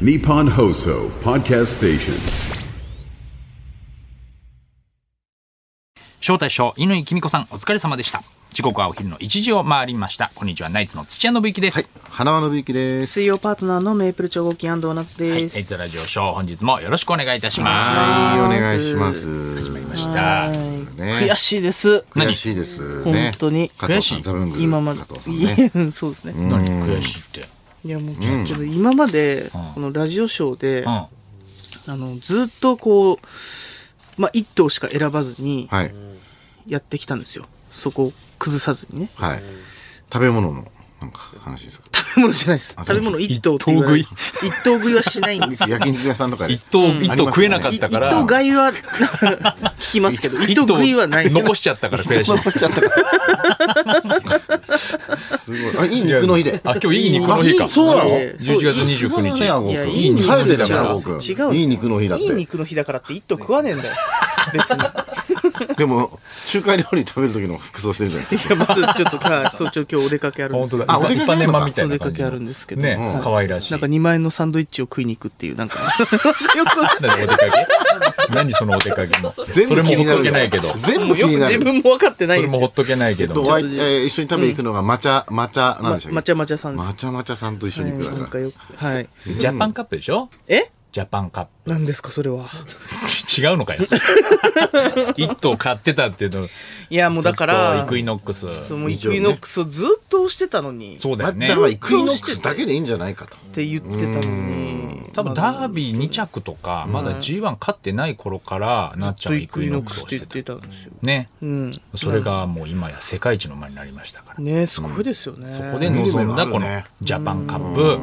Nippon Hoso Podcast Station. 招待賞乾井君子さんお疲れ様でした時刻はお昼の1時を回りましたこんにちはナイツの土屋信之です、はい、花輪信之です。水曜パートナーのメープル超合金ドーナツはい、でエイす。ズラジオショー本日もよろしくお願いいたしまはい、おお願願いいししまますす。すしたね悔しいです。何悔しいですね。本当に加悔藤さしいん、ザブングル今まで加藤さんね。いや、そうですね。何悔しいっていや、もうちょちょっと今まで、このラジオショーで、うんあの、ずっとこう、まあ、一頭しか選ばずにはい、やってきたんですよ。そこを崩さずにね。 はい。食べ物の、なんか話ですか。食べ物じゃないです。食べ物一頭って言わない。一一頭食いはしないんです よ。焼肉屋さんとかで。一頭、一頭ありますね食えなかっい一たから頭買いは、 聞きますけど、一頭食いはないです。残しちゃったから悔しい すごい。あ、いい肉の日で。あ今日いい肉の日かあいいそうなのいやいや11月29日ね、アゴいや、君。いい肉冴えてのる日ね、アだゴ君。違うんですよいい肉の日だっいいて。肉の日だからって一頭食わねえん だよ。別に。でも、中華料理食べる時の服装してるじゃないです いか。や、まずちょっと、はい、早朝今日お出かけあるん本です当けど。だあお出一かけ般年間みたそいうな出感かじけあるんですけど。ねはい可愛らしいなんか2万円のサンドイッチを食いに行くっていう、なんか。 よくわかんな何いお出か け何そのお出かけもそ全部れも気ほっになとるけよないけどそ全部気よくにな自る。分も分かってないれですもほっとけないけどともわいえー一緒に食べに行くのが、抹茶、抹茶、なんでしたっけまちゃまちゃさんです抹茶抹茶さんと一緒に行くはいなだんか。からよくはい。ジャパンカップでしょえジャパンカップ何ですか、それは。 違うの かよ。一頭買ってたっていうの。いや、もうだかずっらとイ、クイノックス。そのイクイノックスをずっと押してたのに、っそうだよ抹ね茶。はイクイノックスだけでいいんじゃないかと。て言ってたのに。多分ダービー2着とか、まだ G1 勝ってない頃から、なっちゃんはイイククイイノノッッククススをっしてて言ったて。たんですよ。ね。うん。それがもう今や世界一の馬になりましたから。ねすごいですよね。そこで臨んだこ見る目があるのねジャパンカップ、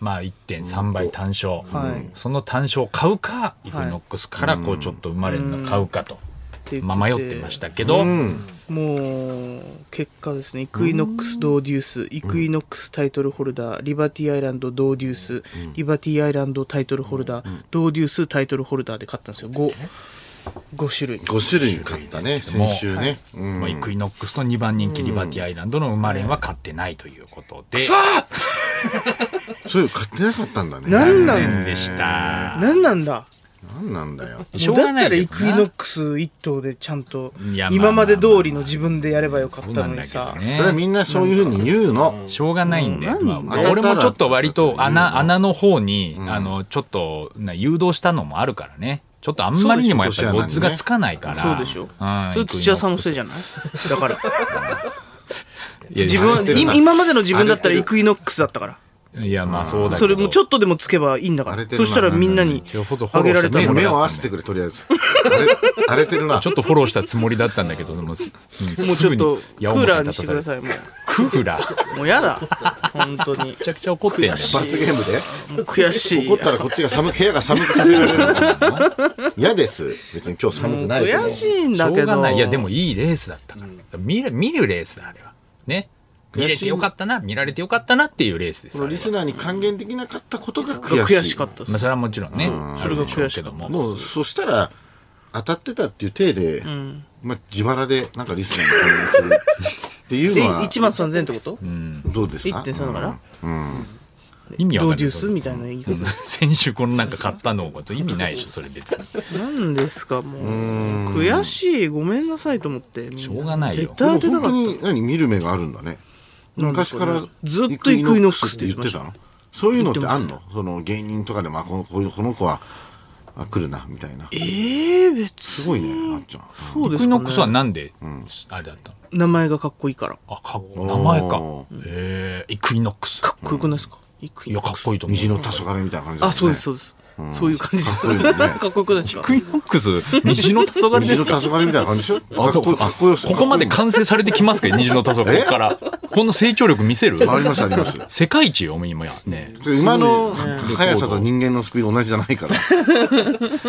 まあ1.3倍単勝はい。その単勝を買うか、イクイノックスからこうちょっと生まれるの買うかと。て言っててまあ迷ってましたけど、もう結果ですねイクイノックスドーデュースイクイノックスタイトルホルダーリバティアイランドドーデュースリバティアイランドタイトルホルダードーデュースタイトルホルダーで買ったんですよ55種類5種類買ったね、も先週ね。うんまあ、イクイノックスと2番人気リバティアイランドの生まれんは勝ってないということで、そういうの買ってなかったんだね。なんな残ん念でした。なんなんだなんなんだよ。しょうだがっないたらけイどなクイノックス一頭でちゃんといやまあ今まで通りの自分でやればよかそっうたなのんだにけどさそれはね。みんなそういうふうに言うの。しょうがないんで、まあ当たったら俺もちょっと割と穴、穴の方に、あの、ちょっと、な誘導したのもあるからね。ちょっとあんまりにもやっぱりそうオッでしょズがつかないから。そうでしょんそれ土屋さんのせいじゃないだから自分焦ってるない今までの自分だったら焦ってるイクイノックスだったからいや、まあそうだけど。それもちょっとでもつけばいいんだか荒れらてるそなしたらみんなによほどフォあローげらしれてた目ものら目えを合わせてくれ、とりあえず。荒れ荒れてるな。ちょっとフォローしたつもりだったんだけど、もう、うんもうすちょぐっとにク矢面ーラーに立してたれくだるさいもうクーラー。めもうやだ本当にちゃくちゃ怒ってんだよ。罰ゲームでもう悔しい怒ったらこっちが寒く、部屋が寒くさせられる。嫌です。別に今日寒くないけど。悔しいしんょだうけがどない。いや、でもいいレースだったから。見る、見るレースだ、あれは。ね。見れてよかったな、見られてよかったなっていうレースでこす。のリあスれはナーに還元できなかったことが悔しい。悔しかったっすまあ、それはもちろんね。それが悔しかったも。もう、そしたら、当たってたっていう体で、まあ、自腹で、なんかリスナーに還元する。っていうでのは、 1万3000ってことどうですか ?1.3 だから意味わドかんなーいデュースみたいな言い方うん 先週このなんか買ったのこと意味ないでしょ、それ別に。なんですかもう悔しいごめんなさいと思ってみんなしょうがないよ絶対当てた本当かっに何見る目があるんだね昔からずっとイクイノックスって言ってたたのそういうのってあんのその芸人とかでもあこのこういうこの子はあ来るなみたいなたええす別ごいねあっちゃんそうイでクイすノックスはかねなんで、あれだったの名前がかっこいいからかあ、か名前かお。えー、イクイノックス。っこよくないですかイクいイや、ノッかクっスこいいと思う。虹の黄昏みたいな感じだもんねあそうですそうですそういう感じですかっこいいよね かっこよくないですかイクイノックス、虹の黄昏で虹すのか黄昏みたいな感じでしょかあっそこうよかかっこよここまでかっ完成されてきますけど、虹の黄昏、ここから。この成長力見せるこいいありますあります世界一よ、今や。ね。それ馬の速さと人間のスピード同じじゃないから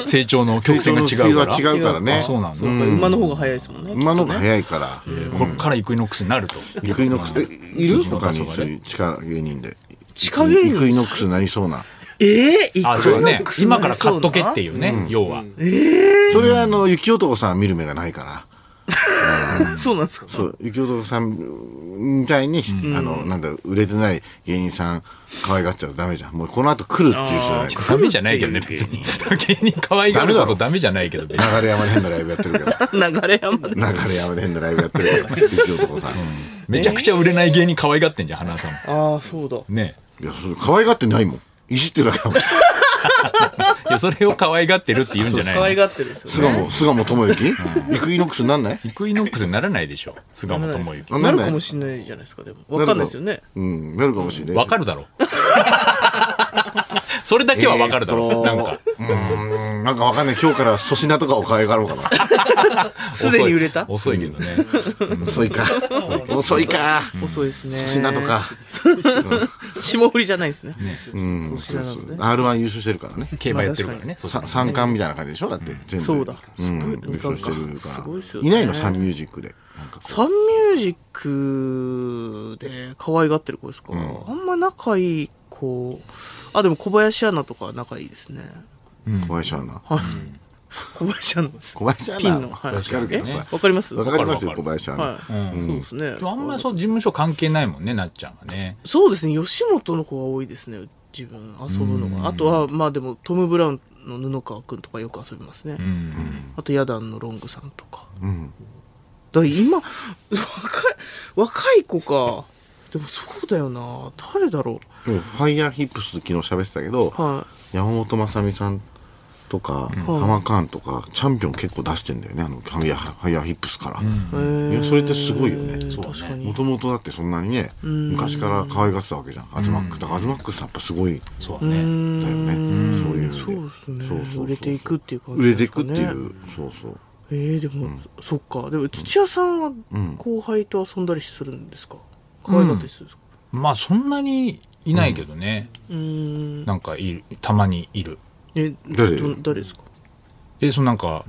成長の曲成線長がのスピ違ーうドかはら。違うからねあそうなんだ。馬の方が早いですもんね馬の方が速いからえーこれからイクイノックスになると。イクイノックスえいる虹の黄昏他にそういう力芸人で近いイクイノックスになりそうなえー、イクイノあ、そうだねック。スにな今りから買っとけってういうね、要は。それはあの雪男さん見る目がないからそうなんですかそう、ゆきおとさんみたいに、あの、なんだ、売れてない芸人さん、可愛がっちゃダメじゃん。もうこの後来るっていう人じゃないか。ダメじゃないけどね、別に。 芸人可愛がることダメじゃないけど、別に。流山で変なライブやってる から。流れ山で。流山で変なライブやってるから、ゆきおとさん。めちゃくちゃ売れない芸人可愛がってんじゃん、花さんも。ああ、そうだ。ねいや、それ可愛がってないもん。いじってるだけだもん。いや、それを可愛がってるって言うんじゃ可な愛いのがってるんですよ菅ね。も、菅も智之イクイノックスになんないイクイノックスにならないでしょ、菅本智之。あななんるないかもしれないじゃないですか、でも。わかんないですよね。うん、なるかもしれない。わかるだろ。 それだけはわかるだえーろ。となんか。うーん、なんかわかんない。今日から粗品とかお可愛がろうかな。すでに売れた遅い遅いけどね。遅いか。遅いか。遅いですね。粗品とか。。霜降りじゃないですね。うん。粗品なんですね。 R1 優勝してるからね。競馬やってるからね。そうそうさ三冠みたいな感じでしょだって、全部。そうだうすんごい優勝してるすごいですかよら。ねいないのサンミュージックで。なんかサンミュージックで可愛がってる子ですか、あんま仲いい子。あ、でも小林アナとか仲いいですね。小林アナ。はい。小林アナです。小林アナ。ピンの。はい。わかるけどえさわかりますわかりますよ、わか小る林アナは。い、そうですねでもあんまりそう事務所関係ないもんね、なっちゃんはね。そうですね吉本の子が多いですね自分遊ぶのがあとはまあでもトム・ブラウンの布川君とかよく遊びますね、うん。あとヤダンのロングさんとかうん。だから今若い若い子かでもそうだよな誰だろでもファイヤーヒップス昨日喋ってたけどう、は山本まさみさんとか、ハマカーンとか、チャンピオン結構出してんだよね、あの、ファイヤーファイヤーヒップスから。い、へえいや、それってすごいよね。そうだね確かにもともとだってそんなにね、昔から可愛がってたわけじゃん。アズマックス。だからアズマックスやっぱすごい。そうだね。だよね。そういう意味で。そうですねそうそうそう売れていくっていう感じ売れてでいすかくっねていう。そうそう。えー、でも、そっかでも土屋さんはん後輩と遊んだりするんですか可愛かったりするんですかまあ、そんなにいないけどね。うーんなんかいる、たまにいる。え誰ど誰ですかえ、そのなんか、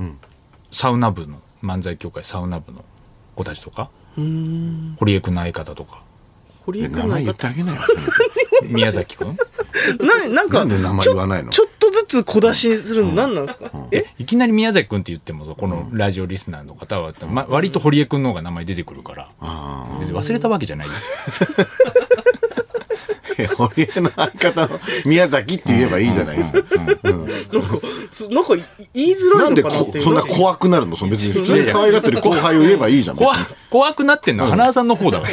サウナ部の、漫才協会サウナ部の子たちとか、うーん堀江くんの相方とか、堀え江く名んな前ん言かってあげなよ。宮崎くん ななんなかんで名前言わないのちょっとずつ小出しするの何なんですか、えいきなり宮崎くんって言っても、このラジオリスナーの方は、ま、割と堀江くんの方が名前出てくるから、あ別に忘れたわけじゃないですよ。あ。え堀江の相方の宮崎って言えばいいじゃないですか。なんかそなんかい言いづらないんのでかこなっていうそんななんか怖くなるのその別に普通に可愛がってる後輩を言えばいいじゃん。怖怖くなってんのは花輪さんの方だか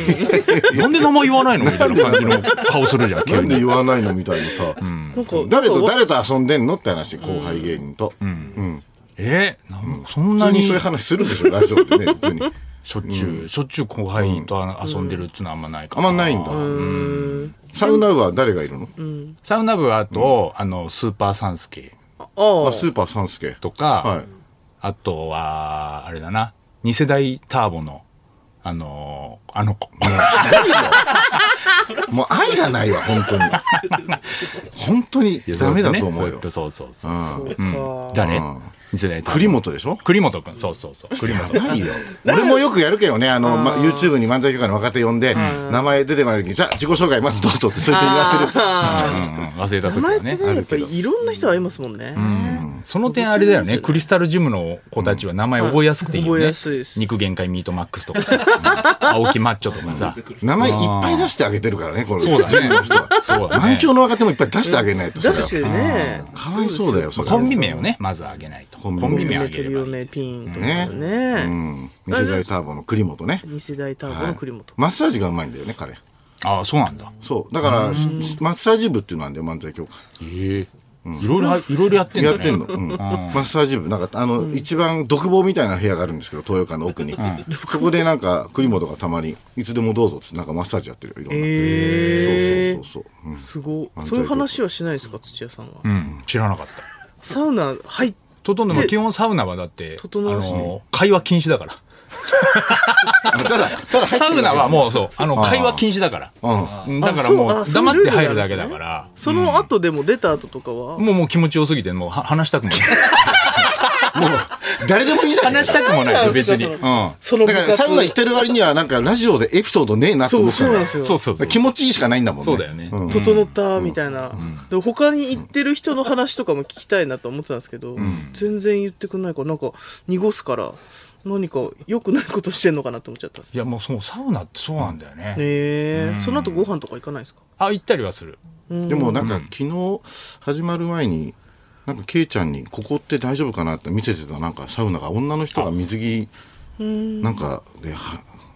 ら。なんで名前言わないのみたいな感じの顔するじゃん、な急んでに。言わないのみたいにさ。なんか誰となんか誰と遊んでんのって話、後輩芸人と。うん。えなんそん普な通ににそういう話するでしょ、ラジオでね。普通に。しょっちゅう、しょっちゅう後輩とあ遊んでるっていうのはあんまないかあんら。まないんだ。サウナ部は誰がいるのサウナ部はあと、あの、スーパーサンスケああ、あスーパーサンスケ。とか、はい。あとは、あれだな、二世代ターボの、あのーあの子。もう愛がないわ、本当に。本当に ダメだと思うずっよと。そうそうそう。そうか、誰うん二世代ターボ栗本でしょ栗本くん、そうそうそう。栗本くん。 ないよ。俺もよくやるけどね、あの、ま、YouTube に漫才協会の若手呼んで、名前出てもらう時に、じゃあ自己紹介まずどうぞって、それで言わせる。うん うん忘れた名時前はってねね。やっぱりいろんな人会いますもんね、その点あれだよね。クリスタルジムの子たちは名前覚えやすくていいよ覚えねやすいで。す肉限界ミートマックスとかさ、青木マッチョとかさ。名前いっぱい出してあげてるからね、このそうだねジムの人は。そうだ満ね。響の若手もいっぱい出してあげないと。出してるねかわいそうだよ、それコンビ名をね、まずあげないと。ココンビ名ンビ名夢あとげるれよばいい。ねピンとかねね。うん。二世代ターボの栗本ね。二世代ターボの栗本、マッサージがうまいんだよね、彼。ああ、そうなんだ。そう。だから、しマッサージ部っていうのなんだよ、漫才協会。ええ。いろいろ、いろいろやってんだやね。ってんの。うんマッサージ部。なんか、あの、一番独房みたいな部屋があるんですけど、東洋館の奥に。そこでなんか、栗本がたまに、いつでもどうぞっつって、なんかマッサージやってるよ、いろんな。へーそうそうそうそう。うんすごいそういう話はしないですか土屋さんは、うん、知らなかった。サウナ入っととんでも基本サウナはだって、あ整わしての、会話禁止だから。あただ、ただ入ってサるウだナけはもうそう、あの、会話禁止だから。ううんだからもあう、そうあ黙ってそうい入うルールるがだあんけですねだから、その後でも出た後とかは、もうもう気持ちよすぎて、もうは話したくもない。誰でもいいじゃ ん。話したくもないよ別になんですうんそのだからサウナ行ってる割にはなんかラジオでエピソードねえなってそ思うっちゃそううかなんらですよそうそうそう気持ちいいしかないんだもんね。そうだよねん整ったみたいな、で他に行ってる人の話とかも聞きたいなと思ってたんですけど、全然言ってくれないからなんか濁すから何か良くないことしてんのかなと思っちゃったんですいよやもうそうサウナってそうなんだよね、へえその後ご飯とか行かないんですかあ行ったりはするでもなんか昨日始まる前に、なんかケイちゃんにここって大丈夫かなって見せてたなんかサウナが女の人が水着なんかでは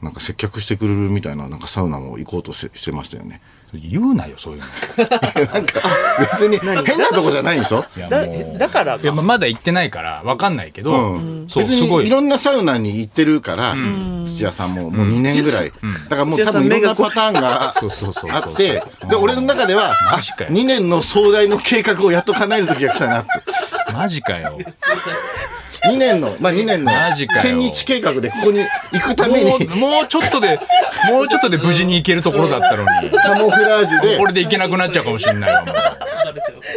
なんか接客してくれるみたいななんかサウナも行こうとしてしてましたよね。言うなよそういうのなんか 別に変なとこじゃないでしょ。いやだもうだからいやかまあまだ行ってないからわかんないけど、うん、 そう別すごにいいろんなサウナに行ってるから、土屋さんももう2年ぐらい、だからもう多分いろんなパターンがそうそうそうあそうってで俺の中ではあマジかよ2年の壮大の計画をやっと叶える時が来たなってマジかよ2年のまあ2年のマジかよ千日計画でここに行くためにもうもうちょっとでもうちょっとで無事に行けるところだったのにカモフラージュでこれで行けなくなっちゃうかもしれないわも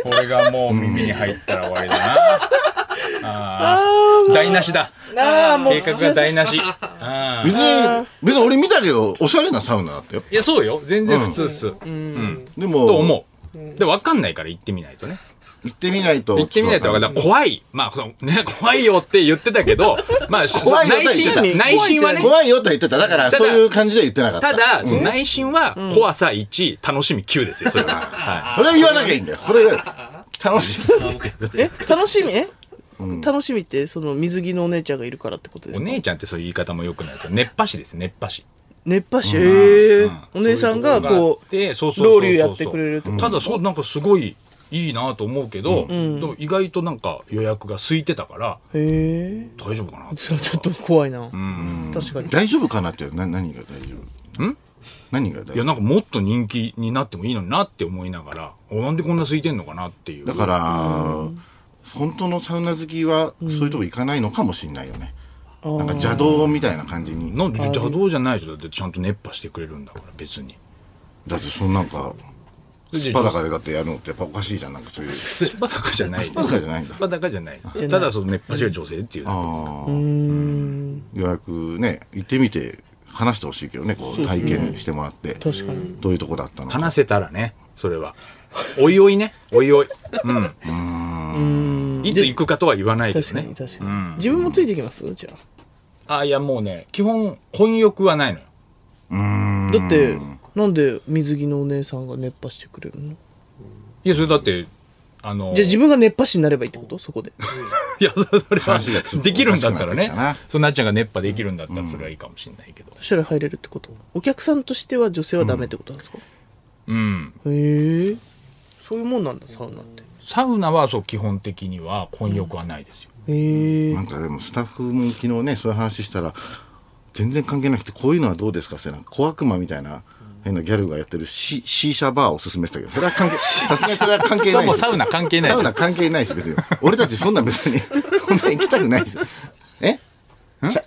うこれがもう耳に入ったら終わりだなあー台無しだああもう計画が台無しあー別に別に俺見たけどおしゃれなサウナだったよいやそうよ全然普通っす、うんでとも思うで分かんないから行ってみないとね行ってみないと行ってみないと分かんない怖いまあそのね怖いよって言ってたけどまあ怖いよ内とは言ってた心内心はね怖いよとは言ってただからただそういう感じでは言ってなかったただ、その内心は怖さ1、楽しみ9ですよ、それは。はそれを言わなきゃいいんだよそれが 楽しいえ楽しみえ、楽しみってその水着のお姉ちゃんがいるからってことい。でおすか姉ちゃんってそういう言い方も良くないですよ。熱波師ですよ、熱波師。熱波師、ええうお姉さんがこうで、そうそうそうそうロウリュやってくれるってことただ、そう、なんかすごいいいなと思うけど、でも意外となんか予約が空いてたから、へえ大丈夫かなってそれちょっと怖いな、確かに大丈夫かなってな何が大丈夫ん何が大い丈や、夫なんかもっと人気になってもいいのになって思いながら、おなんでこんな空いてんのかなっていう。だから、本当のサウナ好きはそういうとこ行かないのかもしれないよね、なんか邪道みたいな感じになんで邪道じゃないでしょだってちゃんと熱波してくれるんだから別にだってそのなんかでスパだかでだってやるのってやっぱおかしいじゃんなんかそういうスパダカじゃないスパダカじゃないんだパダカじゃないですただその熱波師が女性っていうだけああ予約ね行ってみて話してほしいけどねこう体験してもらって、確かにどういうとこだったのか話せたらねそれはおいおいねおいおいうんいつ行くかとは言わないで確すかねに確かに、自分もついていきますじゃあいやもうね基本混浴はないのよあだってなんで水着のお姉さんが熱波してくれるのいやそれだってあのじゃあ自分が熱波師になればいいってことそこでいやそそれは話がちょっとできるんだったらおかしねくなってきたなそうなっちゃんが熱波できるんだったらそれはいいかもしれないけどそしたら入れるってことお客さんとしては女性はダメってことなんですか、うんへえそういうもんなんだサウナってサウナはそう基本的には混浴はないですよへえなんかでもスタッフも昨日ねそういう話したら全然関係なくてこういうのはどうですかってなんか小悪魔みたいな変なギャルがやってるシシーシャバーを勧めてたけどそれは関 係さすがにそれは関係ないもうしサウナ関係ないサウナ関係ないし別に俺たちそんな別に そんな行きたくないしえさ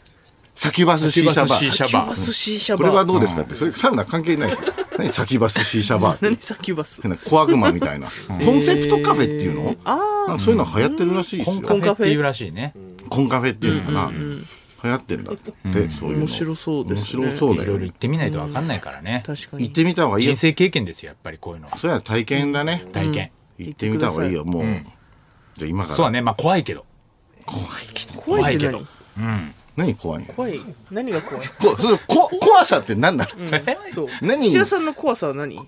サキュバスシーシャバシーシーャキュババースシーシャこれはバーどうですかってそれサウナ関係ないし 何サキュバスシーシャバーって何サキュバス変な小悪魔みたいなコンセプトカフェっていうのなんかそういうの流行ってるらしいですコンよカフェっていうらしいねコンカフェっていうのかな、流行ってんだって、そういうの面白そうですね面白そういだろよいろ行ってみないと分かんないからね確行かっにてみた方がいいよ人生経験ですよやっぱりこういうのはそれは体験だね、体験行ってみた方がいいよもう、じゃあ今からそうだねまあ怖いけど怖いって怖いけ何何怖いの怖い何が怖いこそれこ怖さって何なの、えそう何土屋さんの怖さは何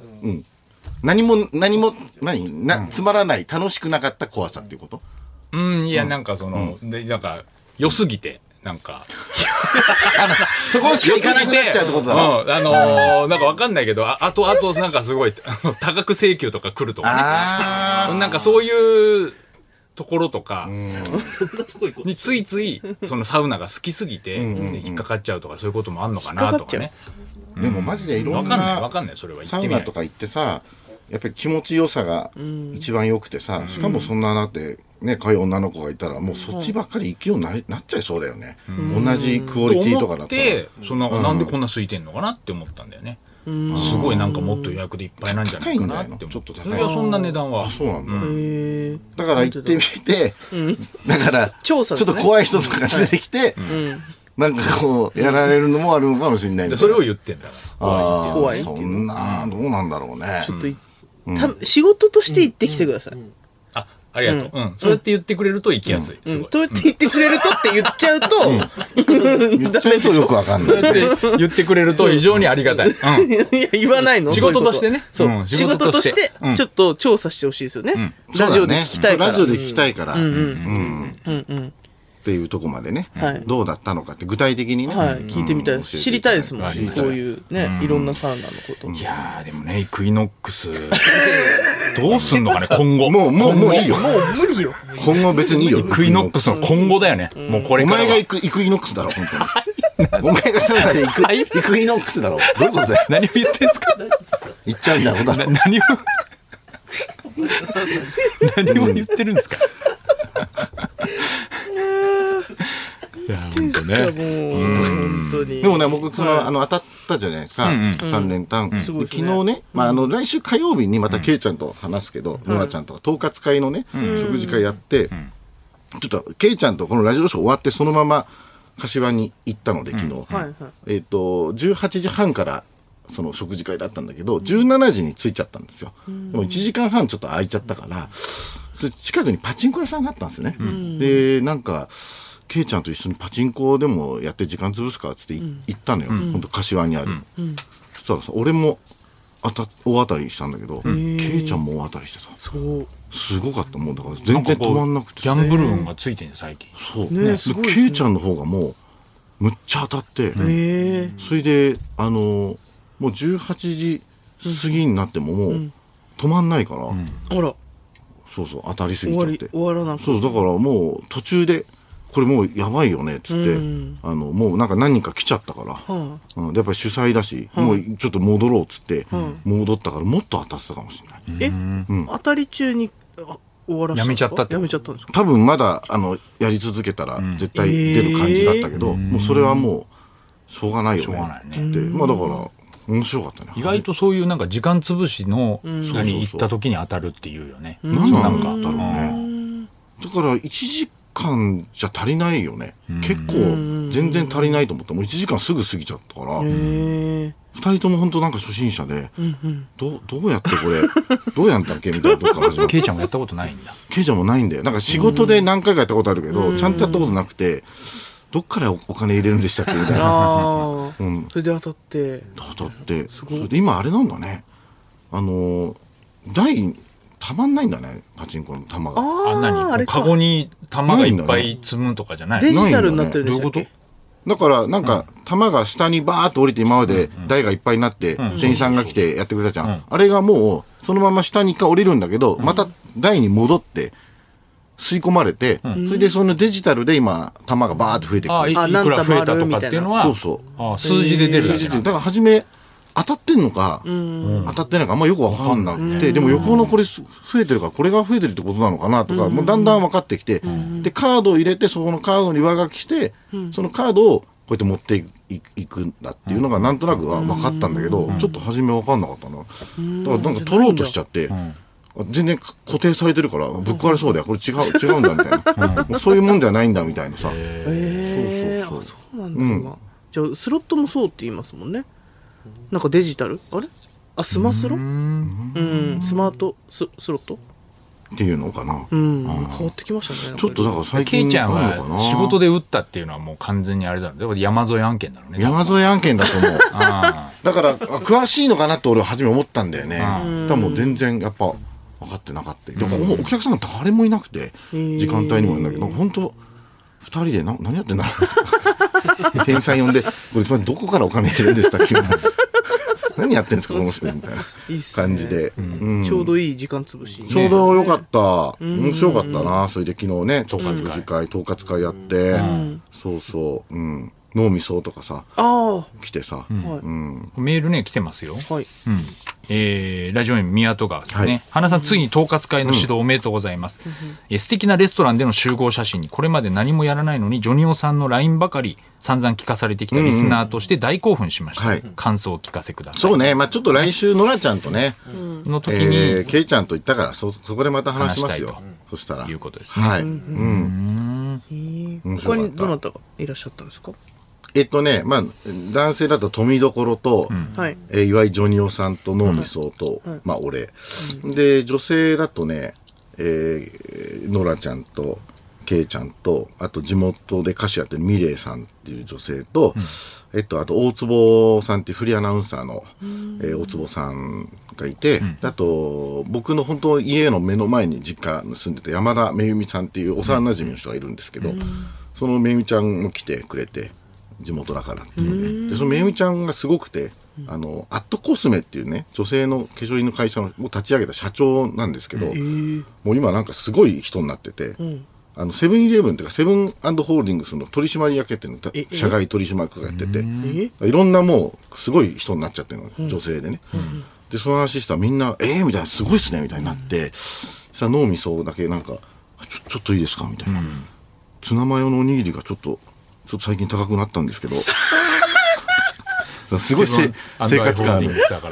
何も何も何なつまらない楽しくなかった怖さっていうことうんいやなんかそのでなんか良すぎてなん かそこしか行かなくなっちゃうってことだろ、うんあのーなんか分かんないけどああとあとなんかすごい あの多額請求とか来るとかあねなんかそういうところとかについついそのサウナが好きすぎて引っかかっちゃうとかそういうこともあんのかなとかねあでもマジでいろ分んかんないな分かんないそれは行サってウみなナいとか行ってさやっぱり気持ちよさが一番良くてさ、しかもそんななってね可愛い女の子がいたらもうそっちばっかり行くようになりなっちゃいそうだよね、同じクオリティとかだ思っったらてそのなんでこんな空いてんのかなって思ったんだよね、すごいなんかもっと予約でいっぱいなんじゃないかなって思高いんだよなちょっと高いいやそんな値段はあそうなんだ、へえだから行ってみて、だから調査でちょすっねと怖い人とかが出てきて、なんかこうやられるのもあるのかもしれないんでだそれを言ってんだからあー怖いっていうそんなどうなんだろうねちょっとい、た仕事として行ってきてください、うんあありがとう、うんそうやって言ってくれると行きやすい、すごいとやって言ってくれるとって言っちゃうと、言っちゃうとよくわかんないって言ってくれると非常にありがたい、うんいや言わないの仕事とそういしてうこはねそう、うん仕仕事事ととししててうんちょっと調査してほしいですよね、ラジオで聞きたいから、そうだねラジオで聞きたいから、うんうんっていうとこまでね、はいどうだったのかって具体的にね、はい、聞いてみたい、うん知りたいですもん、教えてくこれういうね、いろんなサウナのこと、いやーでもねイクイノック スどうすんのかね今後もうもうもういいよもう無理よ今後別にいいよイクイノックスの今後だよね、もうこれおからは前が行く行くイノックスだろ本当 にお前がサウナで行く行くイノックスだろどういうことだよ何を言ってんすか行っちゃうんだろうだな 何を何を言ってるんですかいや本当いやもうね本当にでもね、僕、その、あの、当たったじゃないですか。三連単。でごい昨ですね日ね、まあ、あの、来週火曜日にまたケイちゃんと話すけど、ノラちゃんとか、統括会のね、食事会やって、ちょっと、ケイちゃんとこのラジオショー終わって、そのまま、柏に行ったので、昨日はいはい。えっと、18時半から、その食事会だったんだけど、17時に着いちゃったんですよ。でも1時間半ちょっと空いちゃったから、それ近くにパチンコ屋さんがあったんですよね。で、なんか、ケイちゃんと一緒にパチンコでもやって時間潰すかっつってい行ったのよ。ほんと柏にある。そしたらさ、俺もあた大当たりしたんだけど、ケイちゃんも大当たりしてさ、そうすごかったもんだから全然止まんなくてギさャンブル運がついてんね最近そう。ねですごいですねケイちゃんの方がもう、むっちゃ当たって、へえそれであのもう18時過ぎになってももう止まんないから、あらそうそう当たりすぎ終ちゃわっりて終わらなくそうだからもう途中でこれもうやばいよねっつって、うんあのもうなんか何人か来ちゃったから、はうん、でやっぱり主催だし、もうちょっと戻ろうっつって、ん戻ったからもっと当たってたかもしれない、いえ当たり中にあ終わらせやめちゃったってやめちゃったんですか多分まだあのやり続けたら絶対出る感じだったけど、もうそれはもうしょうがないしよねょうがないねっつってまあだから面白かったね意外とそういうなんか時間潰しのそうそう何行った時に当たるっていうよね、何ななんんだか、ろうね。だから1時間じゃ足りないよね。結構全然足りないと思った。もう1時間すぐ過ぎちゃったから、2へえ人とも本当なんか初心者で、どうどうやってこれ、 どうやんだっけみたいなとこから 始まってケイちゃんもやったことないんだケイちゃんもないんだよ。なんか仕事で何回かやったことあるけど、ちゃんとやったことなくて、どっからおお金入れるんでしたっけみたいな。ああうんそれで当たってだって、それで今あれなんだね。あのー、台、たまんないんだね。パチンコの玉が。ああんなにあもあうれカかゴに玉がいっぱい積むとかじゃないデねジタルになってるんでしたっないけだから、なんか、玉が下にバーっと降りて、今まで台がいっぱいになって、店員さんが来てやってくれたじゃん。あれがもう、そのまま下に一回降りるんだけど、また台に戻って、吸い込まれて、それでそのデジタルで今、玉がバーっと増えてくああいいる。あくら増えたとかっていうのはそうそう。ああ数字で出るだけなんだだから、初め、当たってんのか、当たってないのか、あんまよくわかんなくて、でも横のこれす増えてるから、これが増えてるってことなのかなとか、もうだんだん分かってきて、で、カードを入れて、そこのカードに上書きして、そのカードをこうやって持っていいいくんだっていうのがなんとなくは分かったんだけど、ちょっと初め分かんなかったな。だからなんか取ろうとしちゃって、全然固定されてるから、ぶっ壊れそうだよ。これ 違う、違うんだみたいな。もうそういうもんではないんだみたいなさ。へえあそうなんだ今じゃあスロットもそうって言いますもんねなんかデジタルあれあスマスロうんスマートススロットっていうのかな。うん変わってきましたねちょっとだかから最ケイ近ちゃんあるのかはな仕事で打ったっていうのはもう完全にあれだろうだから山沿い案件だろうね山沿い案件だと思 う。だから、あ詳しいのかなって俺は初め思ったんだよね。ただもう全然やっぱ分かってなかった。でもお客さんが誰もいなくて、ー時間帯にもいないんだけど、本当二人でな何やってんだろう 店員さん呼んで、これつまりどこからお金入れてるんでしたっけみ たいな何やってんですか、この人みたいないいっすね感じで。うんちょうどいい時間潰しちょうどよかった。面白かったな。それで昨日ね、統括会、統括会やって。そうそう。うん。脳みそとかさあ来てさ、あ、はい、メールね、来てますよ。はいうんえーラジオネーム宮戸川さんね、はい花さんついに統括会の指導おめでとうございます、えー素敵なレストランでの集合写真にこれまで何もやらないのにジョニオさんの LINE ばかり散々聞かされてきたリスナーとして大興奮しました、はい感想をお聞かせくださいそうね、まあ、ちょっと来週ノラちゃんとね、の時に、えー、ケイちゃんと行ったからそそこでまた話しますよ話したいそしたらいうことですねはい、うんえー面白他かったにどなたがいらっしゃったんですかえっとね、まあ、男性だと富所と、はいえー岩井ジョニオさんと能美荘と、まあ、俺、で、女性だとね、えー、ノラちゃんと、ケイちゃんと、あと地元で歌手やってるミレイさんっていう女性と、えっと、あと大坪さんっていうフリーアナウンサーの、えー大坪さんがいて、あと、僕の本当家の目の前に実家に住んでた山田めゆみさんっていう幼馴染の人がいるんですけど、そのめゆみちゃんも来てくれて、地元だからっていうねでそのめぐみちゃんがすごくてあのアットコスメっていうね女性の化粧品の会社のを立ち上げた社長なんですけど、もう今なんかすごい人になってて、あのセブンイレブンというかセブンホールディングスの取締役やってるのたええ社外取締役がやっててえいろんなもうすごい人になっちゃってるの、女性でね、でその話したらみんな「えー、みたいな「すごいっすね」みたいになって、そしたら脳みそだけなんか「ちょちょっといいですか」みたいな。ツナマヨのおにぎりがちょっと、ちょっと最近高くなったんですけど。すごいせ生活感ある、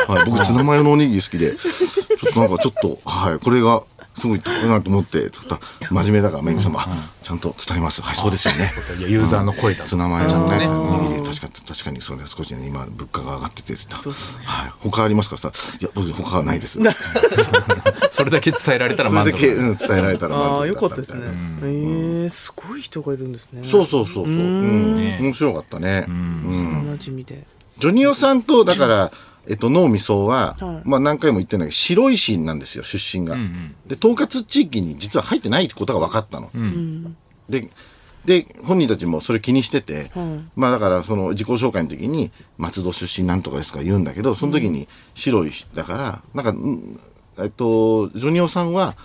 はい、僕ツナマヨのおにぎり好きでちょっとなんかちょっと、はい、これがすごい高いなと思ってちょっと真面目だからめぐみさんもあちゃんと伝えますはいそうですよねいやユーザーの声だツナマヨのねおにぎり確か確かにそれ少しね今物価が上がっててつった、はい、他ありますかさいやどうぞ他はないですそそれだけ伝えられたられ満だ足け、うん、伝えられたら満足だああたよかったですねえー、すごい人がいるんですねそうそそうそうそううん面白かったねうんうなじみでジョニオさんと、だから、えっと、脳みそは、まあ何回も言ってんだけど、白石なんですよ、出身が。で、統括地域に実は入ってないってことが分かったの。で、で、本人たちもそれ気にしてて、まあだから、その自己紹介の時に、松戸出身なんとかですとか言うんだけど、その時に白石だから、なんかうん、えっと、ジョニオさんは、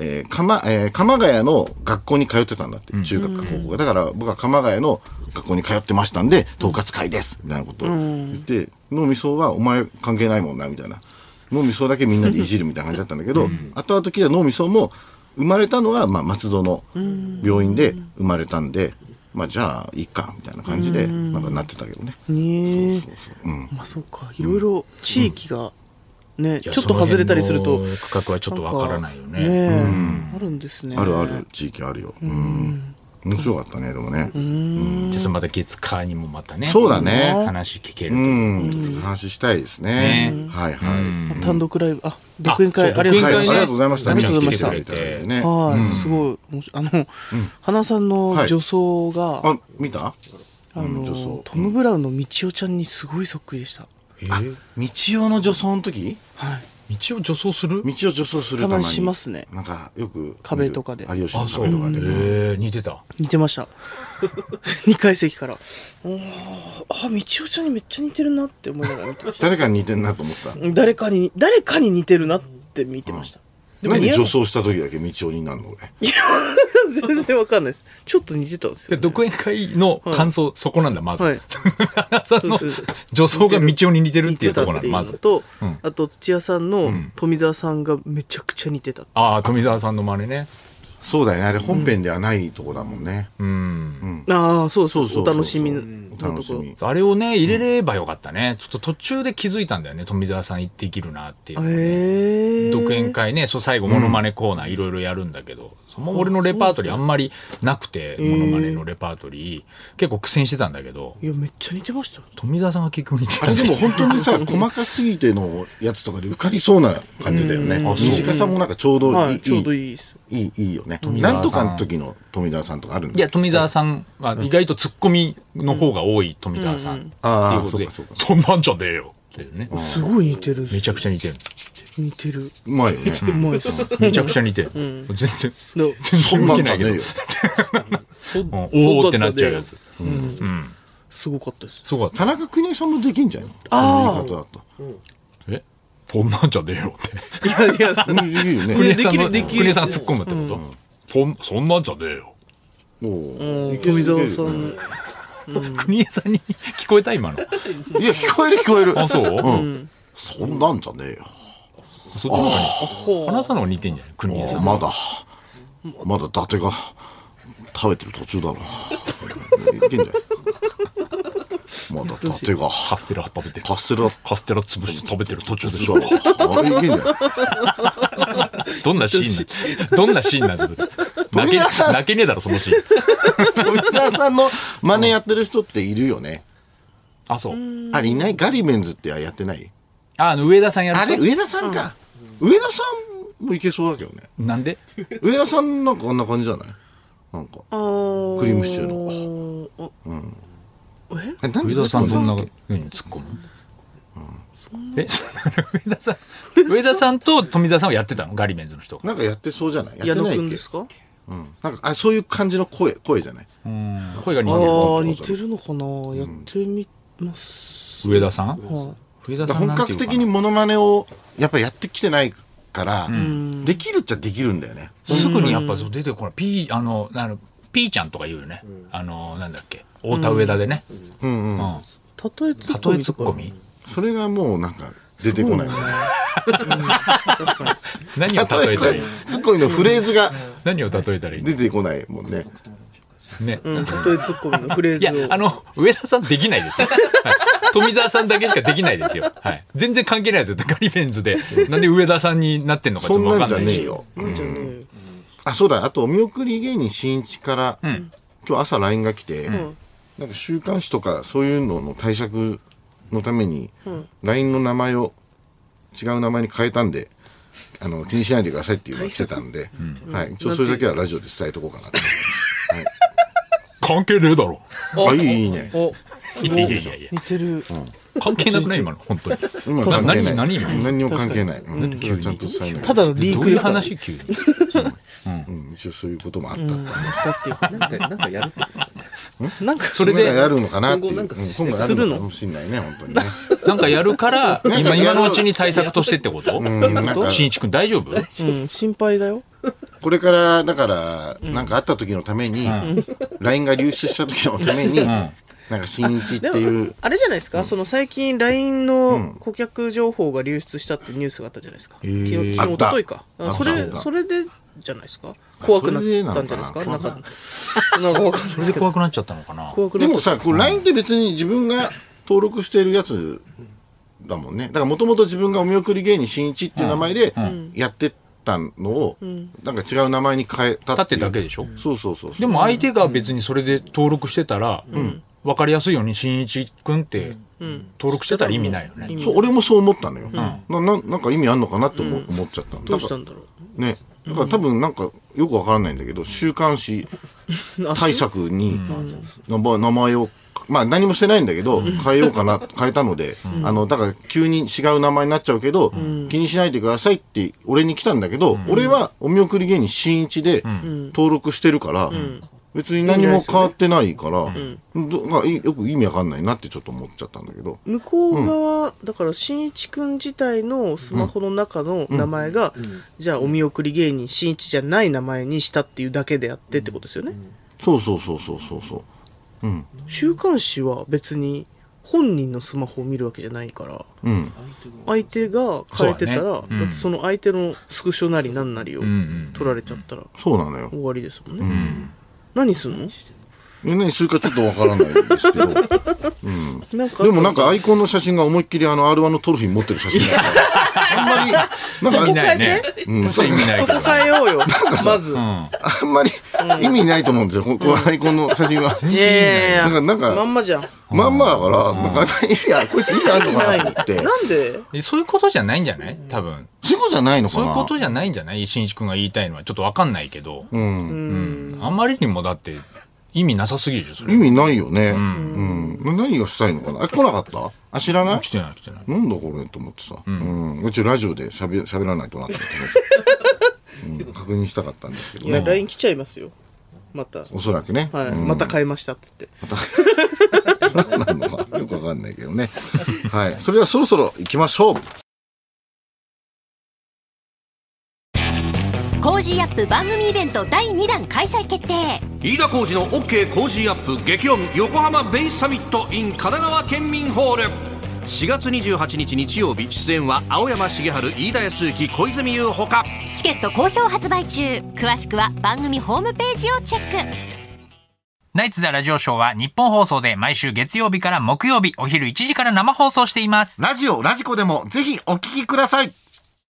えー、鎌、えー鎌ヶ谷の学校に通ってたんだって、中学か高校が。だから僕は鎌ヶ谷の学校に通ってましたんで、統括会ですみたいなことを言って、脳みそはお前関係ないもんな、みたいな。脳みそだけみんなでいじるみたいな感じだったんだけど、後々聞いた脳みそも、生まれたのは、まあ、松戸の病院で生まれたんで、まあ、じゃあ、いいか、みたいな感じで、なんかなってたけどね。ねえまあそうかいろいろ地域がね、ちょっと外れたりするとその辺の区画はちょっとわからないよねんかえあるんですねあるある地域あるよ。うん。面白かったね、でもね。じゃあそれまた月火にもまたねそうだね話聞けるうと、ん、話したいですね。ねはいはい。単独ライブあ独演会そうありがとうごはざい、いあ独演会ねりがとうございました。ましたありがとうございま来したていただいてね。はい、すごい面白いあの、花さんの女装が、あ、見たあの、うん女装トム・ブラウンのみちおちゃんにすごいそっくりでした、えー道夫の女装の時はい、道を女装する道夫女装するたまにしますねなんか、よく見る。壁とかで有吉のあそう壁とかで。えー似てた似てました 2階席からおーあみちおちゃんにめっちゃ似てるなって思いながら見てまし誰かに似てんなと思った。た 誰かに誰かに似てるなって見てました、でもなんで似合う女装した時だけ道夫になるの俺。全然わかん ないですちょっと似てたんですでよ独演会の感想、そこなんだまず、はい花さんのそうそう女装が道夫に似てるっていうところ似なんまてたっていうのずと、うんあと土屋さんの富澤さんがめちゃくちゃ似てた、ああ富澤さんの真似ねそうだよね。あれ本編ではないとこだもんね。うんああそうそうそうそうそうお楽しみのお楽しみ。あれをね入れればよかったね、ちょっと途中で気づいたんだよね富澤さん行っていけるなっていう、ええー、独演会ねそう最後モノマネコーナーいろいろやるんだけど、その俺のレパートリーあんまりなくてモノマネのレパートリー、結構苦戦してたんだけどいやめっちゃ似てましたよ富澤さんが結局似てあたれでもし本当にさ、細かすぎてのやつとかで受かりそうな感じだよね。短さもなんかちょうどはいいい。ちょうどいいですいい、いいよね。澤さんなんとかの時の富澤さんとかある んいだや富澤さんは意外とツッコミの方が多い富澤さんっていうことで、あーそうかそんなんじゃねえよっていうねすごい似てるめちゃくちゃ似てる似てるうまいよね。うまいっすめちゃくちゃ似てる、全然 の全然見てないけど、そんなんじゃねえうん、およそおってなっちゃうやつすごかったですすごかった田中邦衛さんもできんじゃん。あーその言い方だと。えそんなんじゃねえよっていやいやうんできるよ こね。れできるでできるきる。さんが突っ込むってこと、そんそんなんじゃねえよ。おーいける富い澤けさるん国枝さんに聞こえた 今の。いや、聞こえる聞こえる。あそううん。そんなんじゃねえよ。そっちの方に。花さんの方が似てんじゃない国枝さん。まだ、まだ伊達が食べてる途中だろ。いけんじゃないまだ伊達が。カステラ食べてる。カステラカステラ潰して食べてる途中でしょだ。ろ。あれいけんじゃないどんなシーンなどんなシーンなんだよ 泣け、泣けねえだろ、そのシーン。富澤さんの真似やってる人っているよね。あ、そう。あれいないガリメンズってやってないああの、上田さんやるあ人れ、上田さんか。上田さんもいけそうだけどね。なんで上田さんなんかあんな感じじゃないなんか。あークリームシチューの。ええなんで上田さんどんな上田さ風に突っ込むえ、 上田さん、上田さんと富田さんをやってたのガリメンズの人が。なんかやってそうじゃないや矢って野ないっくんけですかうん。なんか、あ、そういう感じの声、声じゃない声があ似てる。ー似てるのかなやってみます上田さんはい上田ださかんらな本んてい格うかな的にモノマネをやっぱやってきてないから、できるっちゃできるんだよね。すぐにやっぱそう出てこない。ピー、あの、あの、ピーちゃんとか言うよね。あの、なんだっけ。太田上田でね。うんうん。うん。たとえツたとえツッッコミそれがもうなんか出てこない。何を 例えたらいいツッコミのフレーズが何を例えたらいい出てこないもんね。ね。うんたとえツッコミのフレーいやズを、あの、上田さんできないですよ。はい富澤さんだけしかできないですよ。はい。全然関係ないですよ。ガリベンズで。なんで上田さんになってんのかちょそっんとわかなんんじゃないねし。えよ。なんじゃねあ、そうだ。あと、お見送り芸人しんいちから、今日朝 LINE が来て、なんか週刊誌とかそういうのの対策のために、LINE の名前を違う名前に変えたんで、あの、気にしないでくださいっていうのをしてたんで、はい。一応それだけはラジオで伝えとこうかなと。関係ねえだろ。あ、いい、いいね。おいやいやいやいや。似てる、関係なくない今の、本当に。今確か関に係ない。何何今の何にも関係ない。うん、急にちゃんと伝えない。ただのリーどクういでうすから話急に。うん、一応そういうこともあったっていう。なんか、なんかやるってことなんかそれ今やで、るのかなってい今う。後なんかうん今後やするるののかもしれないね、本当にね。なんかやるから、かや今、る今のうちに対策としてってことうんなんかしんいちくん大丈夫うん、心配だよ。これから、だから、なんかあった時のために、LINE が流出した時のために、なんか新一っていう、あれじゃないですか、その最近 LINE の顧客情報が流出したってニュースがあったじゃないですか。昨日、昨日あ一った昨日か。あっあたそあれっ、たそれでじゃないですか。怖くなったんじゃないですそれでなか。なんのかか、 なんかわかんなそいでれすけど。怖くなっちゃったのかな怖くなでっちゃもったさ、これ LINE って別に自分が登録しているやつだもんね。だからもともと自分がお見送り芸人新一っていう名前でやってたのを、なんか違う名前に変えた立っってていうだけでしょそうそうそうそう。でも相手が別にそれで登録してたら、分かりやすいようにしんいちくんって登録してたら意味ないよね。そう俺もそう思ったのよ、なななんか意味あんのかなって思,、思っちゃったのどうしただんだろからねだから多分なんかよくわからないんだけど週刊誌う。あ対策に名前名前をまあ何もしてないんだけど変えようか な変えたので、あのだから急に違う名前になっちゃうけど、気にしないでくださいって俺に来たんだけど、俺はお見送り芸人新一で登録してるから、別に何も変わってないから、どまあいよく意味わかんないなってちょっと思っちゃったんだけど、向こう側、だから、しんいちくん自体のスマホの中の名前が、じゃあ、お見送り芸人しんいちじゃない名前にしたっていうだけであってってことですよね。そうそうそうそうそうそう週刊誌は別に本人のスマホを見るわけじゃないから、ん相手が変えてたそらうそ,、だねうんだってその相手のスクショなり何なりをん取られちゃったらそうなのよ終わりですもんね、何すんのみんなにするかちょっとわからないんですけど なんかでもなんかアイコンの写真が思いっきりあの R1 のトロフィー持ってる写真だからあんまり意味なんかないね。うんそれ意味ないそけど。こ変えようよまず、あんまり意味ないと思うんですよここのアイコンの写真は。いやいやいやなんかなんかまんまじゃんまんまだから、なんか意味あるこいつ意味あるのかなと思って。なんでえそういうことじゃないんじゃない多分。事故じゃないのかそういうこなとじゃないんじゃないしんいちくんが言いたいのはちょっとわかんないけど。うんうんあまりにもだって意味なさすぎるでしょ、それ。意味ないよね。うん何がしたいのかなあ、来なかったあ、知らない来てない来てない。なんだこれと思ってさ。うん。うちラジオで喋喋らないとなって思って。うん確認したかったんですけどいやね。 LINE 来ちゃいますよまた、おそらくね。はいうんまた変えましたって言って何なのかよくわかんないけどね。はい。それではそろそろ行きましょう。コージーアップ番組イベント第2弾開催決定飯田浩司の OK 工事アップ激論横浜ベイサミット in 神奈川県民ホール4月28日日曜日出演は青山茂春飯田康之小泉優ほかチケット好評発売中詳しくは番組ホームページをチェックナイツザラジオショーは日本放送で毎週月曜日から木曜日お昼1時から生放送しています。ラジオ、ラジコでもぜひお聞きください。